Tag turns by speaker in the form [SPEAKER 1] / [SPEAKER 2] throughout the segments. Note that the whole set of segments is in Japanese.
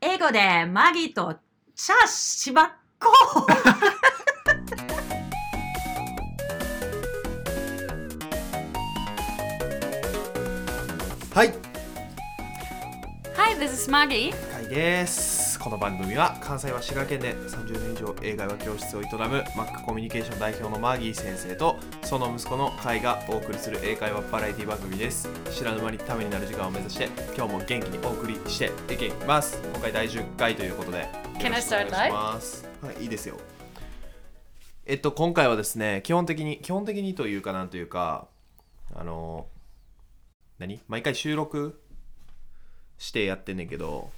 [SPEAKER 1] 後でマギとチャしばっこ
[SPEAKER 2] はい、
[SPEAKER 3] Hi, this is Maggie.
[SPEAKER 2] はいです。この番組は関西は滋賀県で30年以上映画教室を営むマックコミュニケーション代表のマーギー先生とその息子のカイがお送りする英会話バラエティ番組です。知らぬ間にためになる時間を目指して今日も元気にお送りしていきます。今回第10回ということで
[SPEAKER 3] Can I start
[SPEAKER 2] よろしくお願いします。はい、いいですよ。えっと今回はですね、基本的に基本的にというかなんというかあの何毎回収録してやってんねんけど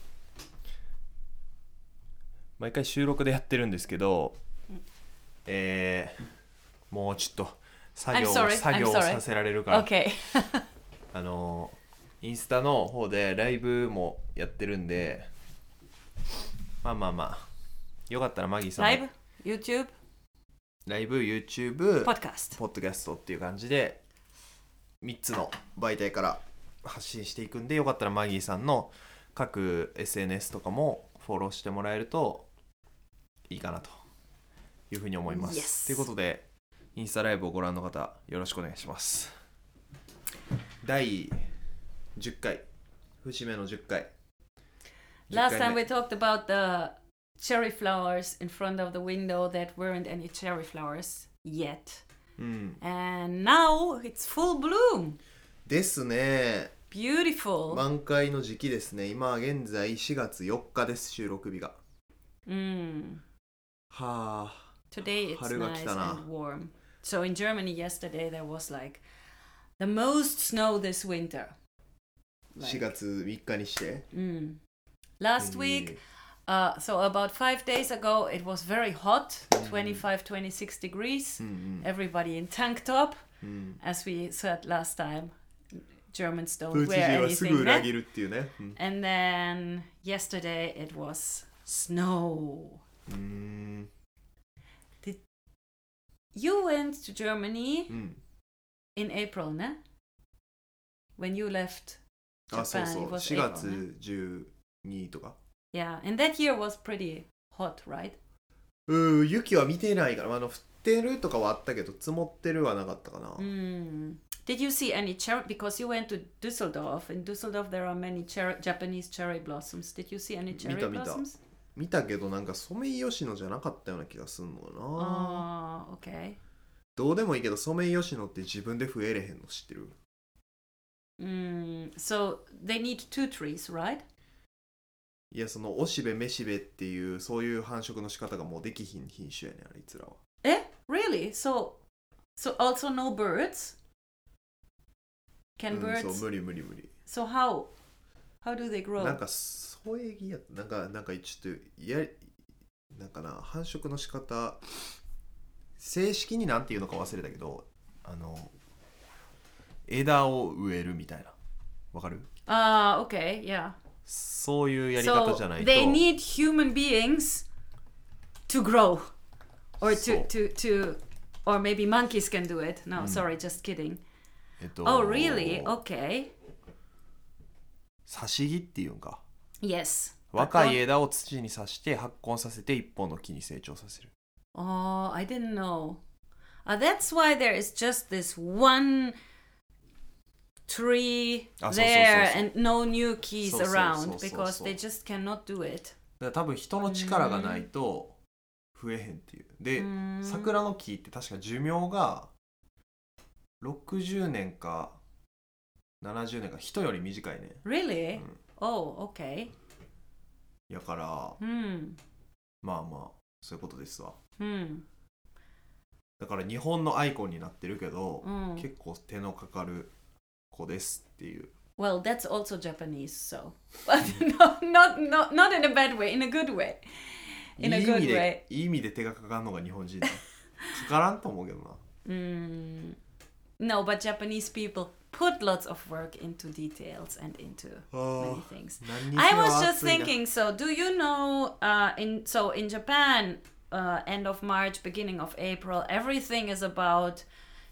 [SPEAKER 2] 毎回収録でやってるんですけどえー、もうちょっと作業
[SPEAKER 3] I'm
[SPEAKER 2] を
[SPEAKER 3] sorry,
[SPEAKER 2] 作業
[SPEAKER 3] I'm
[SPEAKER 2] を
[SPEAKER 3] sorry.
[SPEAKER 2] させられるから、
[SPEAKER 3] Okay.
[SPEAKER 2] あのインスタの方でライブもやってるんでまあまあまあよかったらマギーさんも
[SPEAKER 1] ライブ YouTube
[SPEAKER 2] ライブ YouTube
[SPEAKER 1] ポッドキャスト
[SPEAKER 2] ポッドキャストっていう感じで3つの媒体から発信していくんでよかったらマギーさんの各 SNS とかもフォローしてもらえるといいかなというふうに思います。
[SPEAKER 1] Yes
[SPEAKER 2] ということでインスタライブをご覧の方よろしくお願いします。第10回節目の10回
[SPEAKER 3] Last
[SPEAKER 2] 10回
[SPEAKER 3] time
[SPEAKER 2] 目
[SPEAKER 3] we talked about the cherry flowers in front of the window that weren't any cherry flowers yet.
[SPEAKER 2] うん
[SPEAKER 1] And now it's full bloom
[SPEAKER 2] ですね
[SPEAKER 1] Beautiful
[SPEAKER 2] 満開の時期ですね今現在4月4日です収録日が
[SPEAKER 3] Mm.
[SPEAKER 2] はあ
[SPEAKER 3] Today it's
[SPEAKER 2] Haruga
[SPEAKER 3] nice
[SPEAKER 2] kitana.
[SPEAKER 3] and warm. So in Germany yesterday there was like the most snow this winter.
[SPEAKER 2] 4月3日にして
[SPEAKER 3] Mm. Last week, uh, so about five days ago, it was very hot 25, 26 degrees.
[SPEAKER 2] Hmm.
[SPEAKER 3] Everybody in tank top, as we said last time. Germans
[SPEAKER 2] プ
[SPEAKER 3] don't
[SPEAKER 2] ーチ
[SPEAKER 3] wear
[SPEAKER 2] 人はすぐ
[SPEAKER 3] anything.
[SPEAKER 2] 裏
[SPEAKER 3] ne?
[SPEAKER 2] 切るっていうね、うん
[SPEAKER 3] And then yesterday it was snow.
[SPEAKER 2] うーん
[SPEAKER 3] You went to Germany
[SPEAKER 2] うん、
[SPEAKER 3] in April, ne? When you left
[SPEAKER 2] あそうそう
[SPEAKER 3] Japan was
[SPEAKER 2] 4
[SPEAKER 3] April,
[SPEAKER 2] 月12とか
[SPEAKER 3] yeah. And that year was pretty hot, right?
[SPEAKER 2] うー雪は見てないから、まあ、あの降ってるとかはあったけど積もってるはなかったかな、
[SPEAKER 3] Mm. Did you see any cherry? Because you went to Düsseldorf. In Düsseldorf, there are many cherry, Japanese cherry blossoms. Did you see any cherry
[SPEAKER 2] Mita, mita.
[SPEAKER 3] blossoms?
[SPEAKER 2] 見たけどなんかソメイヨシノじゃなかったような気がすんのよな
[SPEAKER 3] Oh, okay.
[SPEAKER 2] どうでもいいけどソメイヨシノって自分で増えれへんの知ってる
[SPEAKER 3] Mm. So they need two trees, right?
[SPEAKER 2] いやそのおしべめしべっていうそういう繁殖の仕方がもうできひん品種やねんあいつらは
[SPEAKER 3] Eh, really? So, so also no birds. Can
[SPEAKER 2] うん、
[SPEAKER 3] birds?
[SPEAKER 2] そう無理無理無理
[SPEAKER 3] So how? How do they
[SPEAKER 2] なん
[SPEAKER 3] grow?
[SPEAKER 2] か添え木やなんかなんかちょっとやりなんかな繁殖の仕方正式になんていうのか忘れたけどあの枝を植えるみたいなわかる
[SPEAKER 3] Ah, okay, yeah.
[SPEAKER 2] そういうやり方
[SPEAKER 3] So
[SPEAKER 2] じゃないと
[SPEAKER 3] they need human beings to grow. or to
[SPEAKER 2] そう
[SPEAKER 3] to to or maybe monkeys can do it
[SPEAKER 2] Hmm.
[SPEAKER 3] no sorry just kidding
[SPEAKER 2] えっと
[SPEAKER 3] oh really okay
[SPEAKER 2] 差し木っていうんか
[SPEAKER 3] yes
[SPEAKER 2] 若い
[SPEAKER 3] But don't-
[SPEAKER 2] 枝を土に刺して発根させて一本の木に成長させる
[SPEAKER 3] oh i didn't know Ah, that's why there is just this one tree
[SPEAKER 2] Ah, so, so, so,
[SPEAKER 3] there
[SPEAKER 2] so.
[SPEAKER 3] and no new keys
[SPEAKER 2] So, so, so,
[SPEAKER 3] around
[SPEAKER 2] so, so,
[SPEAKER 3] because
[SPEAKER 2] so.
[SPEAKER 3] they just cannot do it
[SPEAKER 2] だから多分人の力がないと増えへんっていうで、
[SPEAKER 3] うん
[SPEAKER 2] 桜の木って確か寿命が60年か70年か人より短いね
[SPEAKER 3] really
[SPEAKER 2] Mm.
[SPEAKER 3] oh okay
[SPEAKER 2] やから
[SPEAKER 3] hmm
[SPEAKER 2] まあまあそういうことですわ
[SPEAKER 3] hmm
[SPEAKER 2] だから日本のアイコンになってるけど、
[SPEAKER 3] うん
[SPEAKER 2] 結構手のかかる子ですっていう
[SPEAKER 3] well that's also japanese so but no, not not not in a bad way in a good way
[SPEAKER 2] い
[SPEAKER 3] In a
[SPEAKER 2] い意
[SPEAKER 3] good
[SPEAKER 2] 味でいい意味で手がかかるのが日本 人だかからんと思うけどな
[SPEAKER 3] Mm, no, but Japanese people put lots of work into details and into
[SPEAKER 2] あ
[SPEAKER 3] many
[SPEAKER 2] ー
[SPEAKER 3] things.
[SPEAKER 2] 何にせ
[SPEAKER 3] I
[SPEAKER 2] よ
[SPEAKER 3] was just
[SPEAKER 2] 暑いな
[SPEAKER 3] thinking. So, do you know? Uh, in so in Japan, uh, end of March, beginning of April, everything is about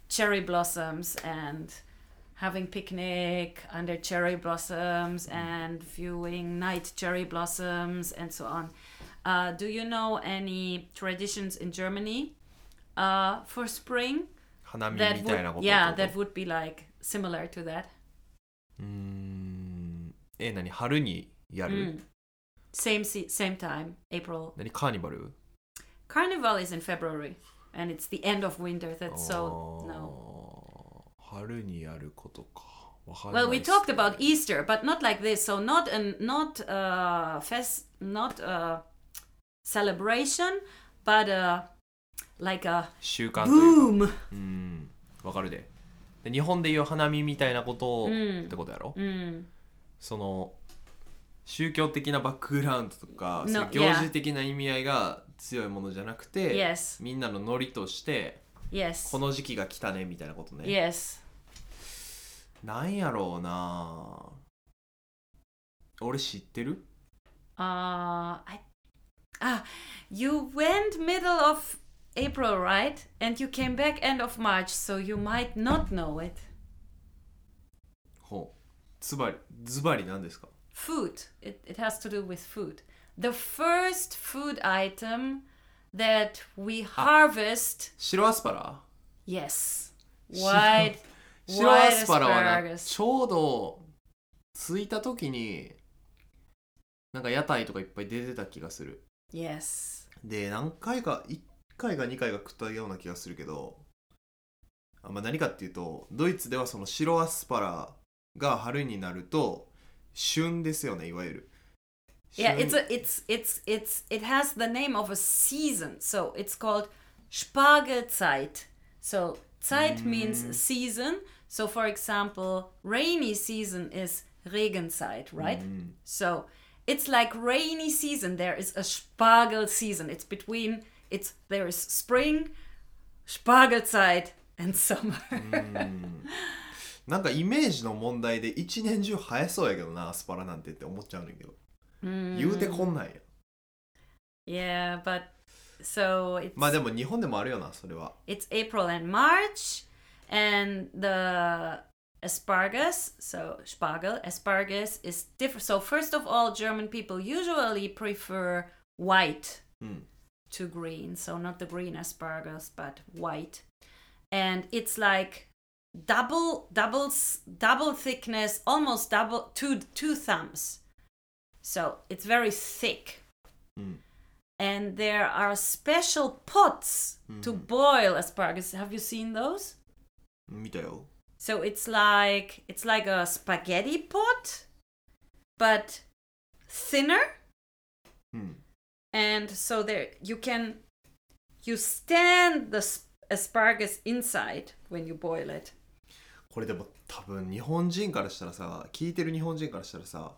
[SPEAKER 3] cherry blossoms and having picnic under cherry blossoms and viewing night cherry blossoms and so on. Uh, do you know any traditions in Germany uh, for spring
[SPEAKER 2] 花見みた
[SPEAKER 3] that
[SPEAKER 2] いな
[SPEAKER 3] would
[SPEAKER 2] ことってこと
[SPEAKER 3] yeah that would be like similar to that?
[SPEAKER 2] うーんえ何春にやる、
[SPEAKER 3] Mm. Same se- same time, April.
[SPEAKER 2] 何カーニバル
[SPEAKER 3] Carnival is in February, and it's the end of winter. That's so
[SPEAKER 2] Oh,
[SPEAKER 3] no.
[SPEAKER 2] あー春にやることかわかんない
[SPEAKER 3] Well, we
[SPEAKER 2] っす
[SPEAKER 3] talked about Easter, but not like this. So not an not uh fest, not a celebration, but a like a
[SPEAKER 2] 習慣というか
[SPEAKER 3] boom.
[SPEAKER 2] うんわかるでで日本でいう花見みたいなことを、
[SPEAKER 3] ん
[SPEAKER 2] ってことやろ、
[SPEAKER 3] Mm.
[SPEAKER 2] その宗教的なバックグラウンドとか、
[SPEAKER 3] No,
[SPEAKER 2] そういう行事的な意味合いが強いものじゃなくて、
[SPEAKER 3] Yes.
[SPEAKER 2] みんなのノリとして
[SPEAKER 3] Yes.
[SPEAKER 2] この時期が来たねみたいなことね、
[SPEAKER 3] Yes.
[SPEAKER 2] なんやろうな俺知ってる
[SPEAKER 3] Uh, I ah, you went middle of April, right? And you came back end of March, so you might not know it.
[SPEAKER 2] ほうズバリズバリ何ですか
[SPEAKER 3] Food. It it has to do with food. The first food item that we harvest.
[SPEAKER 2] 白アスパラ
[SPEAKER 3] Yes. White.
[SPEAKER 2] 白アスパラは
[SPEAKER 3] White
[SPEAKER 2] な
[SPEAKER 3] asparagus.
[SPEAKER 2] ちょうど着いた時になんか屋台とかいっぱい出てた気がする
[SPEAKER 3] Yes.
[SPEAKER 2] で何回か1回か2回か食ったような気がするけどあ、まあ、何かっていうとドイツではその白アスパラが春になると旬ですよねいわゆる
[SPEAKER 3] Yeah, it's a, it's it's it's it has the name of a season, so it's called Spargelzeit. So Zeit means season. So for example, rainy season is Regenzeit, right? So it's like rainy season. There is a Spargel season. It's between it's there is spring, Spargelzeit, and summer.
[SPEAKER 2] なんかイメージの問題で一年中生えそうやけどなアスパラなんてって思っちゃうねんだけど、言うてこんなんや
[SPEAKER 3] yeah, but so it's
[SPEAKER 2] まあでも日本でもあるよなそれは
[SPEAKER 3] it's April and March, and the asparagus, so Spargel, asparagus is different. So first of all, German people usually prefer white
[SPEAKER 2] Mm.
[SPEAKER 3] to green, so not the green asparagus, but white, and it's like double, doubles, double thickness, almost double two two thumbs. So it's very thick and there are special pots to boil asparagus. Have you seen those?
[SPEAKER 2] 見たよ
[SPEAKER 3] So it's like it's like a spaghetti pot, but thinner.
[SPEAKER 2] うん
[SPEAKER 3] And so there you can you stand the s- asparagus inside when you boil it.
[SPEAKER 2] これでも多分日本人からしたらさ聞いてる日本人からしたらさ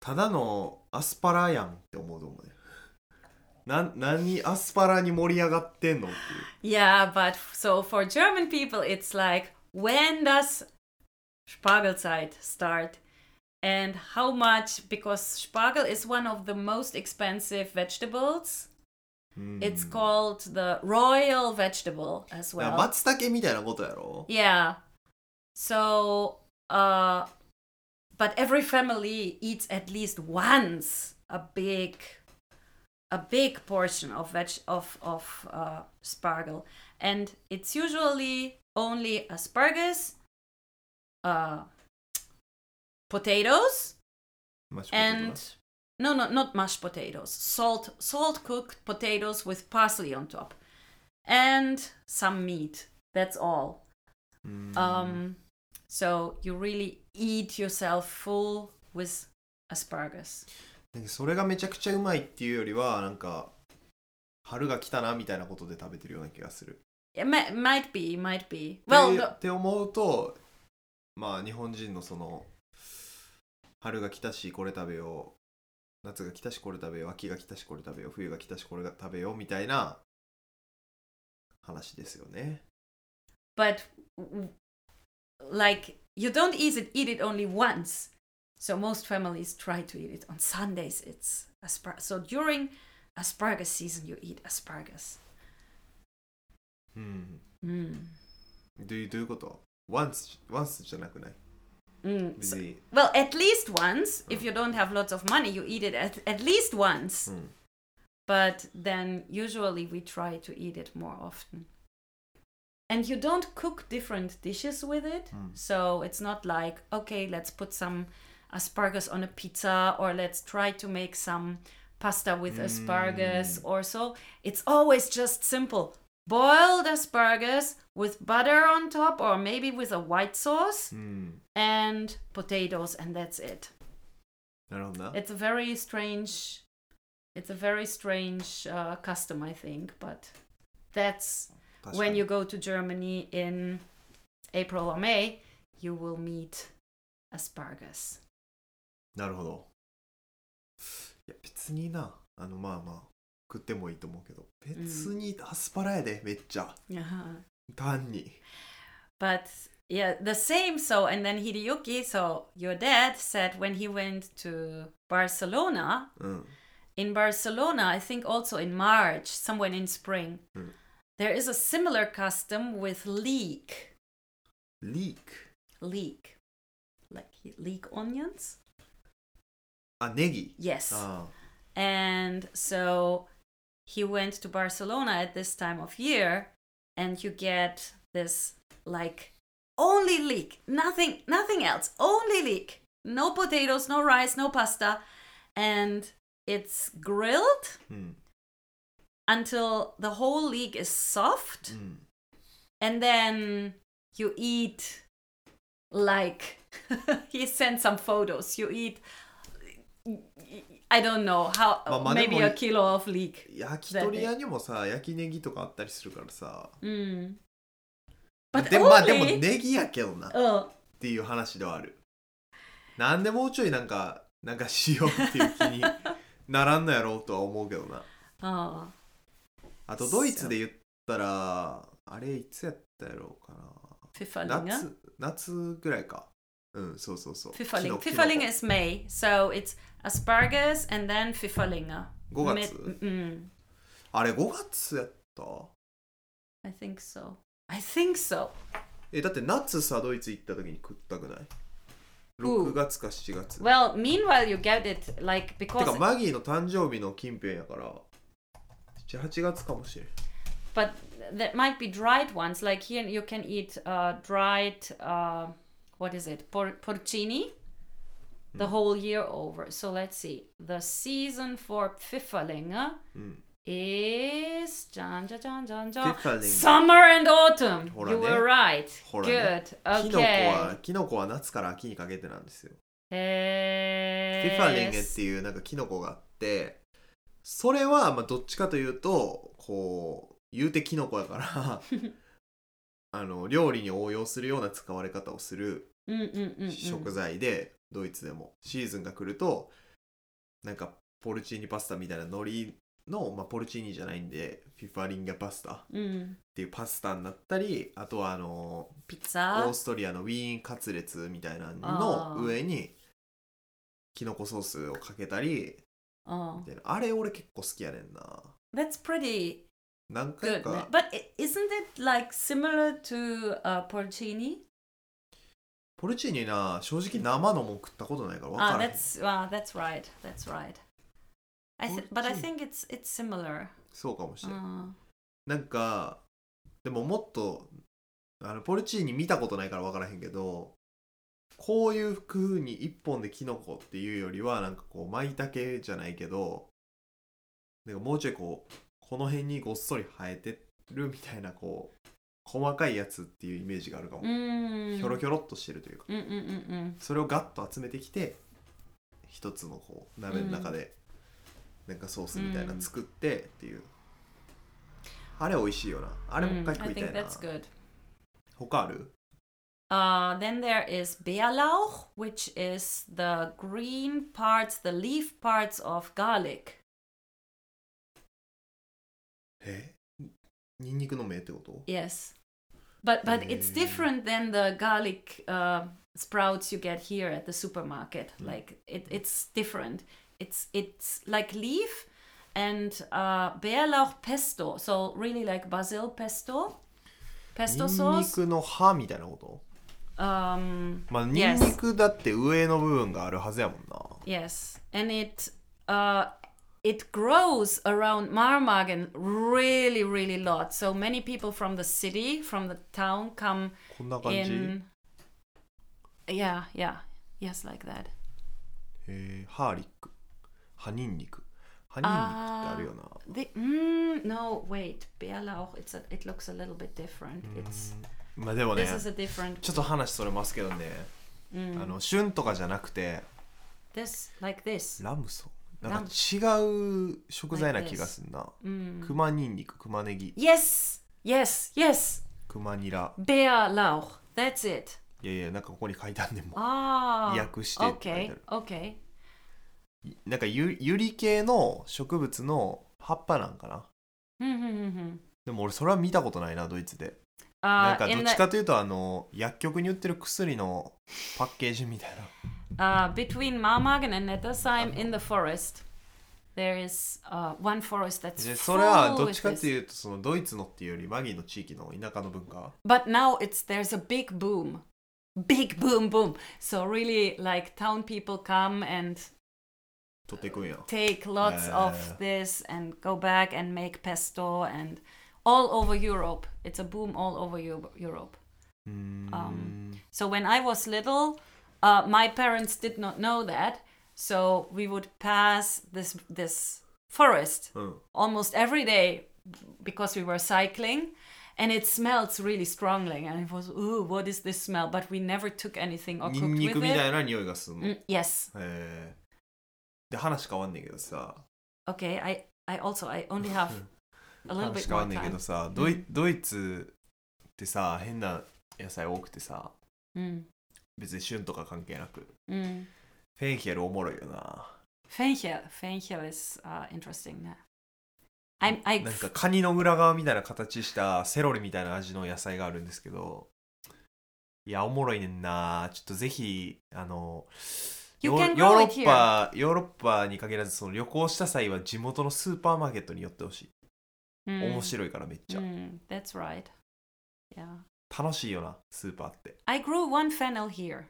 [SPEAKER 2] ただのアスパラやんって思うと思うねなん何アスパラに盛り上がってんのっていう
[SPEAKER 3] Yeah, but f- so for German people, it's like when does Spargelzeit start? And how much? Because Spargel is one of the most expensive vegetables. It's
[SPEAKER 2] Mm.
[SPEAKER 3] called the royal vegetable as
[SPEAKER 2] だから
[SPEAKER 3] well.
[SPEAKER 2] 松茸みたいなことやろ
[SPEAKER 3] Yeah. So, uh, but every family eats at least once a big, a big portion of veg of of uh, spargel, and it's usually only asparagus, uh, potatoes,
[SPEAKER 2] マッシュポテトな
[SPEAKER 3] and no, no, not mashed potatoes. Salt, salt cooked potatoes with parsley on top, and some meat. That's all.
[SPEAKER 2] うーん
[SPEAKER 3] Um, so you really eat yourself full with asparagus.
[SPEAKER 2] なんかそれがめちゃくちゃうまいっていうよりはなんか春が来たなみたいなことで食べてるような気がする。
[SPEAKER 3] It mi- might be, might be. Well,
[SPEAKER 2] で
[SPEAKER 3] the-
[SPEAKER 2] って思うとまあ日本人のその春が来たしこれ食べよう夏が来たしこれ食べよう秋が来たしこれ食べよう冬が来たしこれが食べようみたいな話ですよね。
[SPEAKER 3] but w- like you don't eat it, eat it only once. So most families try to eat it on Sundays. It's asparagus. So during asparagus season, you eat asparagus.
[SPEAKER 2] うん、
[SPEAKER 3] Mm.
[SPEAKER 2] どういうどういうこと once, once じゃなくない
[SPEAKER 3] Mm,
[SPEAKER 2] 別
[SPEAKER 3] so-
[SPEAKER 2] に
[SPEAKER 3] well, at least once. If you don't have lots of money, you eat it at, at least once.
[SPEAKER 2] Mm.
[SPEAKER 3] But then usually we try to eat it more often. And you don't cook different dishes with it. So it's not like, okay, let's put some asparagus on a pizza or let's try to make some pasta with asparagus or so. It's always just simple boiled asparagus with butter on top or maybe with a white sauce
[SPEAKER 2] Hmm. うん、
[SPEAKER 3] and potatoes and that's it
[SPEAKER 2] なるほどな。
[SPEAKER 3] it's a very strange it's a very strange uh, custom i think but that's
[SPEAKER 2] 確か
[SPEAKER 3] when
[SPEAKER 2] に
[SPEAKER 3] you go to germany in april or may you will meet asparagus
[SPEAKER 2] なるほど。いや、別にな、あの、まあまあ、食ってもいいと思うけど、別にアスパラやで、めっちゃ。
[SPEAKER 3] uh-huh.
[SPEAKER 2] 単に。
[SPEAKER 3] but yeah the same so and then hideyuki so your dad said when he went to barcelona
[SPEAKER 2] うん。
[SPEAKER 3] in Barcelona, I think also in March, somewhere in spring,
[SPEAKER 2] Mm.
[SPEAKER 3] there is a similar custom with leek.
[SPEAKER 2] リーク。
[SPEAKER 3] Leek. Like leek onions?
[SPEAKER 2] あ、ネギ。
[SPEAKER 3] Yes.
[SPEAKER 2] あ
[SPEAKER 3] And so he went to Barcelona at this time of year, and you get this like only leek, nothing, nothing else, only leek, no potatoes, no rice, no pasta, and it's grilled
[SPEAKER 2] あうん。
[SPEAKER 3] until the whole leek is soft.
[SPEAKER 2] うん。
[SPEAKER 3] and then you eat like he sent some photos you eat i don't know how
[SPEAKER 2] Ma- ma-
[SPEAKER 3] maybe
[SPEAKER 2] demo-
[SPEAKER 3] a kilo of leek
[SPEAKER 2] 焼き鳥屋にもさ、焼きネギとかあったりするからさ。
[SPEAKER 3] mm. but
[SPEAKER 2] でも、まあ、でも
[SPEAKER 3] only
[SPEAKER 2] ネギやけどな。っ
[SPEAKER 3] oh
[SPEAKER 2] ていう話ではある。なんでもうちょいなんか、なんかしようっていう気にならんのやろうとは思うけどな。
[SPEAKER 3] oh
[SPEAKER 2] あとドイツで言ったらあれいつやったやろうか
[SPEAKER 3] pfifferlinge
[SPEAKER 2] な夏夏ぐらいかうんそうそうそう
[SPEAKER 3] pfifferling
[SPEAKER 2] キノコ
[SPEAKER 3] pfifferling is may so it's asparagus and then pfifferlinge
[SPEAKER 2] 5月
[SPEAKER 3] Mid- mm,
[SPEAKER 2] あれ5月やった
[SPEAKER 3] i think so i think so
[SPEAKER 2] えだって夏さドイツ行った時に食ったくない
[SPEAKER 3] うん
[SPEAKER 2] 6月か7月て
[SPEAKER 3] well meanwhile you get it like because
[SPEAKER 2] かマギーの誕生日の近辺やから78月かもしれん
[SPEAKER 3] but that might be dried ones like here you can eat uh, dried uh, what is it Por- porcini the
[SPEAKER 2] Hmm.
[SPEAKER 3] whole year over so let's see the season for pfifferlinge
[SPEAKER 2] Hmm.
[SPEAKER 3] is dun, dun, dun, dun, dun,
[SPEAKER 2] Pfifferlinge.
[SPEAKER 3] summer and autumn
[SPEAKER 2] Hold
[SPEAKER 3] you
[SPEAKER 2] on, eh?
[SPEAKER 3] were right
[SPEAKER 2] Hold on, eh?
[SPEAKER 3] good
[SPEAKER 2] キノコ
[SPEAKER 3] okay
[SPEAKER 2] はキノコは夏から秋にかけてなんですよ
[SPEAKER 3] Yes.
[SPEAKER 2] フィファリンゲっていうなんかキノコがあってそれはまあどっちかというとこう言うてキノコやから あの料理に応用するような使われ方をする
[SPEAKER 3] Mm, mm, mm, mm.
[SPEAKER 2] 食材で、ドイツでもシーズンが来るとなんかポルチーニパスタみたいな海苔の、まあ、ポルチーニじゃないんでフィファリンゲパスタっ
[SPEAKER 3] Mm.
[SPEAKER 2] ていうパスタになったりあとはあの
[SPEAKER 3] pizza
[SPEAKER 2] オーストリアのウィーンカツレツみたいなのの上にキノコソースをかけたり
[SPEAKER 3] oh
[SPEAKER 2] みたいなあれ俺結構好きやねんな
[SPEAKER 3] that's pretty
[SPEAKER 2] 何
[SPEAKER 3] good man.
[SPEAKER 2] 回か
[SPEAKER 3] but i- isn't it like similar to uh, porcini
[SPEAKER 2] ポルチーニな正直生のもん食ったことないから分か
[SPEAKER 3] ah
[SPEAKER 2] らへん
[SPEAKER 3] that's well, that's right that's right I th- but I
[SPEAKER 2] Porcini.
[SPEAKER 3] think it's it's similar
[SPEAKER 2] そうかもしれん、
[SPEAKER 3] uh,
[SPEAKER 2] なんかでももっとあのポルチーニ見たことないから分からへんけどこういう風に一本でキノコっていうよりはなんかこう舞茸じゃないけどなんかもうちょいこうこの辺にごっそり生えてるみたいなこう細かいやつっていうイメージがあるかも、
[SPEAKER 3] mm.
[SPEAKER 2] ひょろひょろっとしてるというか
[SPEAKER 3] Mm, mm, mm, mm.
[SPEAKER 2] それをガッと集めてきて一つのこう鍋の中でなんかソースみたいなの作ってっていう、あれ美味しいよなあれもう
[SPEAKER 3] Mm,
[SPEAKER 2] 一回
[SPEAKER 3] I
[SPEAKER 2] 食いた
[SPEAKER 3] think
[SPEAKER 2] いな、
[SPEAKER 3] that's good
[SPEAKER 2] 他ある
[SPEAKER 3] uh, then there is Bärlauch, which is the green parts, the leaf parts of garlic.
[SPEAKER 2] えニンニクの芽ってこと
[SPEAKER 3] Yes, but but it's
[SPEAKER 2] Mm.
[SPEAKER 3] different than the garlic uh, sprouts you get here at the supermarket. Like it, it's different. It's it's like leaf and uh, Bärlauch pesto. So really like basil pesto, pesto
[SPEAKER 2] ニンニ
[SPEAKER 3] sauce.
[SPEAKER 2] クの葉みたいなこと
[SPEAKER 3] Um,
[SPEAKER 2] まあニン
[SPEAKER 3] Yes.
[SPEAKER 2] ニクだって上の部分があるはずやもんな
[SPEAKER 3] yes, and it uh, it grows around Marmagen really, really lot. So many people from the city, from the town, come
[SPEAKER 2] こんな感じ、
[SPEAKER 3] in. Yeah, yeah, yes, like that.
[SPEAKER 2] えーハーリック葉ニンニク葉ニンニクってあるよな
[SPEAKER 3] The, mm, no, wait, Bärlauch. It's a, it looks a little bit different. It's
[SPEAKER 2] まあでもね
[SPEAKER 3] this is a different. mm,
[SPEAKER 2] ちょっと話それますけどね、あの旬とかじゃなくて
[SPEAKER 3] This like this.
[SPEAKER 2] ラムソ
[SPEAKER 3] ラ
[SPEAKER 2] なん
[SPEAKER 3] ム
[SPEAKER 2] か違う食材な気がすんな、熊ニンニク熊ネギ
[SPEAKER 3] Mm. Yes, yes, yes.
[SPEAKER 2] 熊ニラ
[SPEAKER 3] Bärlauch. That's it.
[SPEAKER 2] いやいやなんかここに書いてあんねんもん
[SPEAKER 3] Ah.
[SPEAKER 2] 訳してって書いてある。
[SPEAKER 3] Okay, okay.
[SPEAKER 2] なんかゆゆり系の植物の葉っぱなんかな
[SPEAKER 3] Hmm, hmm, hmm, hmm.
[SPEAKER 2] でも俺それは見たことないなドイツでなん
[SPEAKER 3] Uh,
[SPEAKER 2] かど
[SPEAKER 3] in
[SPEAKER 2] っち
[SPEAKER 3] the,
[SPEAKER 2] かというとあの薬局に売ってる薬のパッケージみたい な
[SPEAKER 3] uh, between Marmagen and Nettersheim in the forest, there is uh, one forest that's
[SPEAKER 2] で
[SPEAKER 3] full
[SPEAKER 2] それはどっち
[SPEAKER 3] with
[SPEAKER 2] かと
[SPEAKER 3] this.
[SPEAKER 2] いうとそのドイツのっていうよりマギーの地域の田舎の文化
[SPEAKER 3] But now it's there's a big boom, big boom, boom. So really, like town people come and
[SPEAKER 2] 取っていくんや
[SPEAKER 3] take lots
[SPEAKER 2] Yeah.
[SPEAKER 3] of this and go back and make pesto and all over Europe. It's a boom all over Eu- Europe.
[SPEAKER 2] うーん
[SPEAKER 3] So when I was little, uh, my parents did not know that. So we would pass this this forest
[SPEAKER 2] うん
[SPEAKER 3] almost every day because we were cycling, and it smells really strongly. And it was ooh, what is this smell? But we never took anything or
[SPEAKER 2] ニン
[SPEAKER 3] cooked
[SPEAKER 2] ニク
[SPEAKER 3] with
[SPEAKER 2] みた
[SPEAKER 3] it.
[SPEAKER 2] いな匂いがするの、へ
[SPEAKER 3] Mm, yes.
[SPEAKER 2] えで話変わんねんけどさ
[SPEAKER 3] Okay. I I also I only have a little
[SPEAKER 2] 話
[SPEAKER 3] bit
[SPEAKER 2] 変わ
[SPEAKER 3] more
[SPEAKER 2] んねんけ
[SPEAKER 3] time.
[SPEAKER 2] どさド
[SPEAKER 3] う
[SPEAKER 2] イ
[SPEAKER 3] ん
[SPEAKER 2] ドイツってさ変な野菜多くてさ
[SPEAKER 3] Mm,
[SPEAKER 2] 別に旬とか関係なく
[SPEAKER 3] mm.
[SPEAKER 2] フェンヒェルおもろいよな
[SPEAKER 3] Fenchel. Fenchel is uh, interesting. yeah. I'm I
[SPEAKER 2] なんかカニの裏側みたいな形したセロリみたいな味の野菜があるんですけどいやおもろいねんなちょっとぜひあの
[SPEAKER 3] You
[SPEAKER 2] ヨ
[SPEAKER 3] can
[SPEAKER 2] ー
[SPEAKER 3] grow
[SPEAKER 2] ヨーロ
[SPEAKER 3] it
[SPEAKER 2] ッパヨーロッパに限らずその旅行した際は地元のスーパーマーケットに寄ってほしい、
[SPEAKER 3] Mm,
[SPEAKER 2] 面白いからめっちゃ、
[SPEAKER 3] Mm, that's right. Yeah.
[SPEAKER 2] 楽しいよなスーパーってで
[SPEAKER 3] I grew one fennel here.
[SPEAKER 2] フ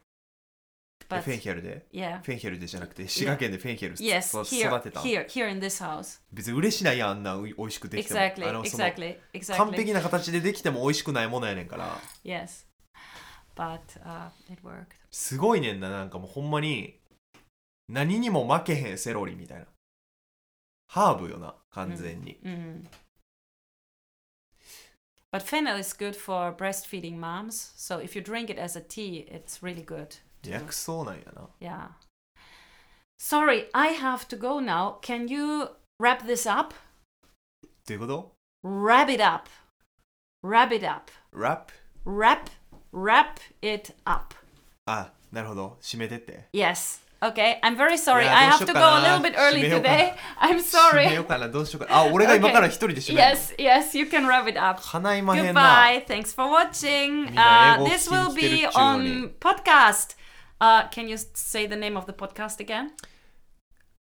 [SPEAKER 3] But
[SPEAKER 2] ェンヒェルで
[SPEAKER 3] yeah.
[SPEAKER 2] フェンヒェルでじゃなくて滋賀県でフェンヒェル
[SPEAKER 3] Yes,
[SPEAKER 2] そ
[SPEAKER 3] here,
[SPEAKER 2] 育てた
[SPEAKER 3] here, here in this house.
[SPEAKER 2] 別に嬉しないやんあんなう美味しくできても
[SPEAKER 3] Exactly,
[SPEAKER 2] あのその
[SPEAKER 3] exactly,
[SPEAKER 2] 完璧
[SPEAKER 3] exactly.
[SPEAKER 2] な形でできても美味しくないものやねんから
[SPEAKER 3] Yes. But uh, it worked.
[SPEAKER 2] すごいねんななんかもうほんまに何にも負けへんセロリみたいなハーブよな完全に、
[SPEAKER 3] Mm. But fennel is good for breastfeeding moms. So if you drink it as a tea, it's really good. to-
[SPEAKER 2] 薬草なんやな
[SPEAKER 3] Yeah. Sorry, I have to go now. Can you wrap this up?
[SPEAKER 2] どういうこ
[SPEAKER 3] Wrap it up. Wrap it up.
[SPEAKER 2] とラップ
[SPEAKER 3] wrap wrap it up
[SPEAKER 2] あなるほど締めてって
[SPEAKER 3] yes okay i'm very sorry
[SPEAKER 2] Yeah,
[SPEAKER 3] i
[SPEAKER 2] don't
[SPEAKER 3] have to
[SPEAKER 2] shoot ka
[SPEAKER 3] go a
[SPEAKER 2] na.
[SPEAKER 3] little bit early
[SPEAKER 2] 締めようか。
[SPEAKER 3] today i'm
[SPEAKER 2] 締め
[SPEAKER 3] sorry
[SPEAKER 2] ようかなどうしようかなあ俺が今から一人で締めるの、
[SPEAKER 3] yes yes you can wrap it up
[SPEAKER 2] 叶いまへんな
[SPEAKER 3] goodbye thanks for watching
[SPEAKER 2] みんな英語
[SPEAKER 3] uh, this will be
[SPEAKER 2] 聞きに来てるっちゅうのに。
[SPEAKER 3] on podcast uh, can you say the name of the podcast again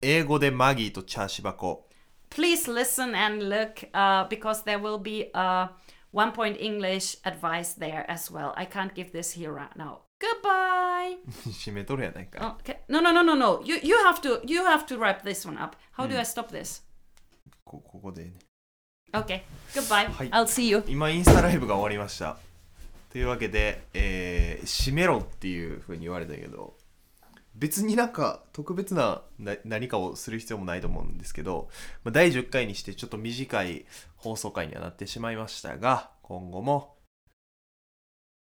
[SPEAKER 2] 英語でマギーとチャーシバコ
[SPEAKER 3] please listen and look uh, because there will be a one point english advice there as well i can't give this here right now goodbye Oh,
[SPEAKER 2] 締めとるやないか
[SPEAKER 3] Okay. No, no, no, no, no. You you have to you have to wrap this one up. How
[SPEAKER 2] Hmm.
[SPEAKER 3] do I stop this?
[SPEAKER 2] こここでね
[SPEAKER 3] Okay. Goodbye.
[SPEAKER 2] Hi.
[SPEAKER 3] I'll see you.
[SPEAKER 2] 今インスタライブが終わりましたというわけで、えー締めろっていうふうに言われたけど別になんか特別なな何かをする必要もないと思うんですけど、まあ、第10回にしてちょっと短い放送回にはなってしまいましたが今後も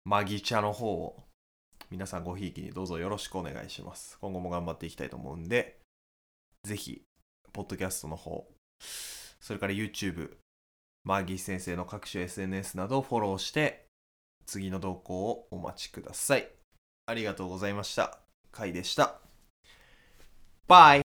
[SPEAKER 2] マギチャの方を皆さんごひいきにどうぞよろしくお願いします今後も頑張っていきたいと思うんでぜひポッドキャストの方それから YouTube マーギー先生の各種 SNS などをフォローして、次の動向をお待ちください。ありがとうございました。カイでした。バイ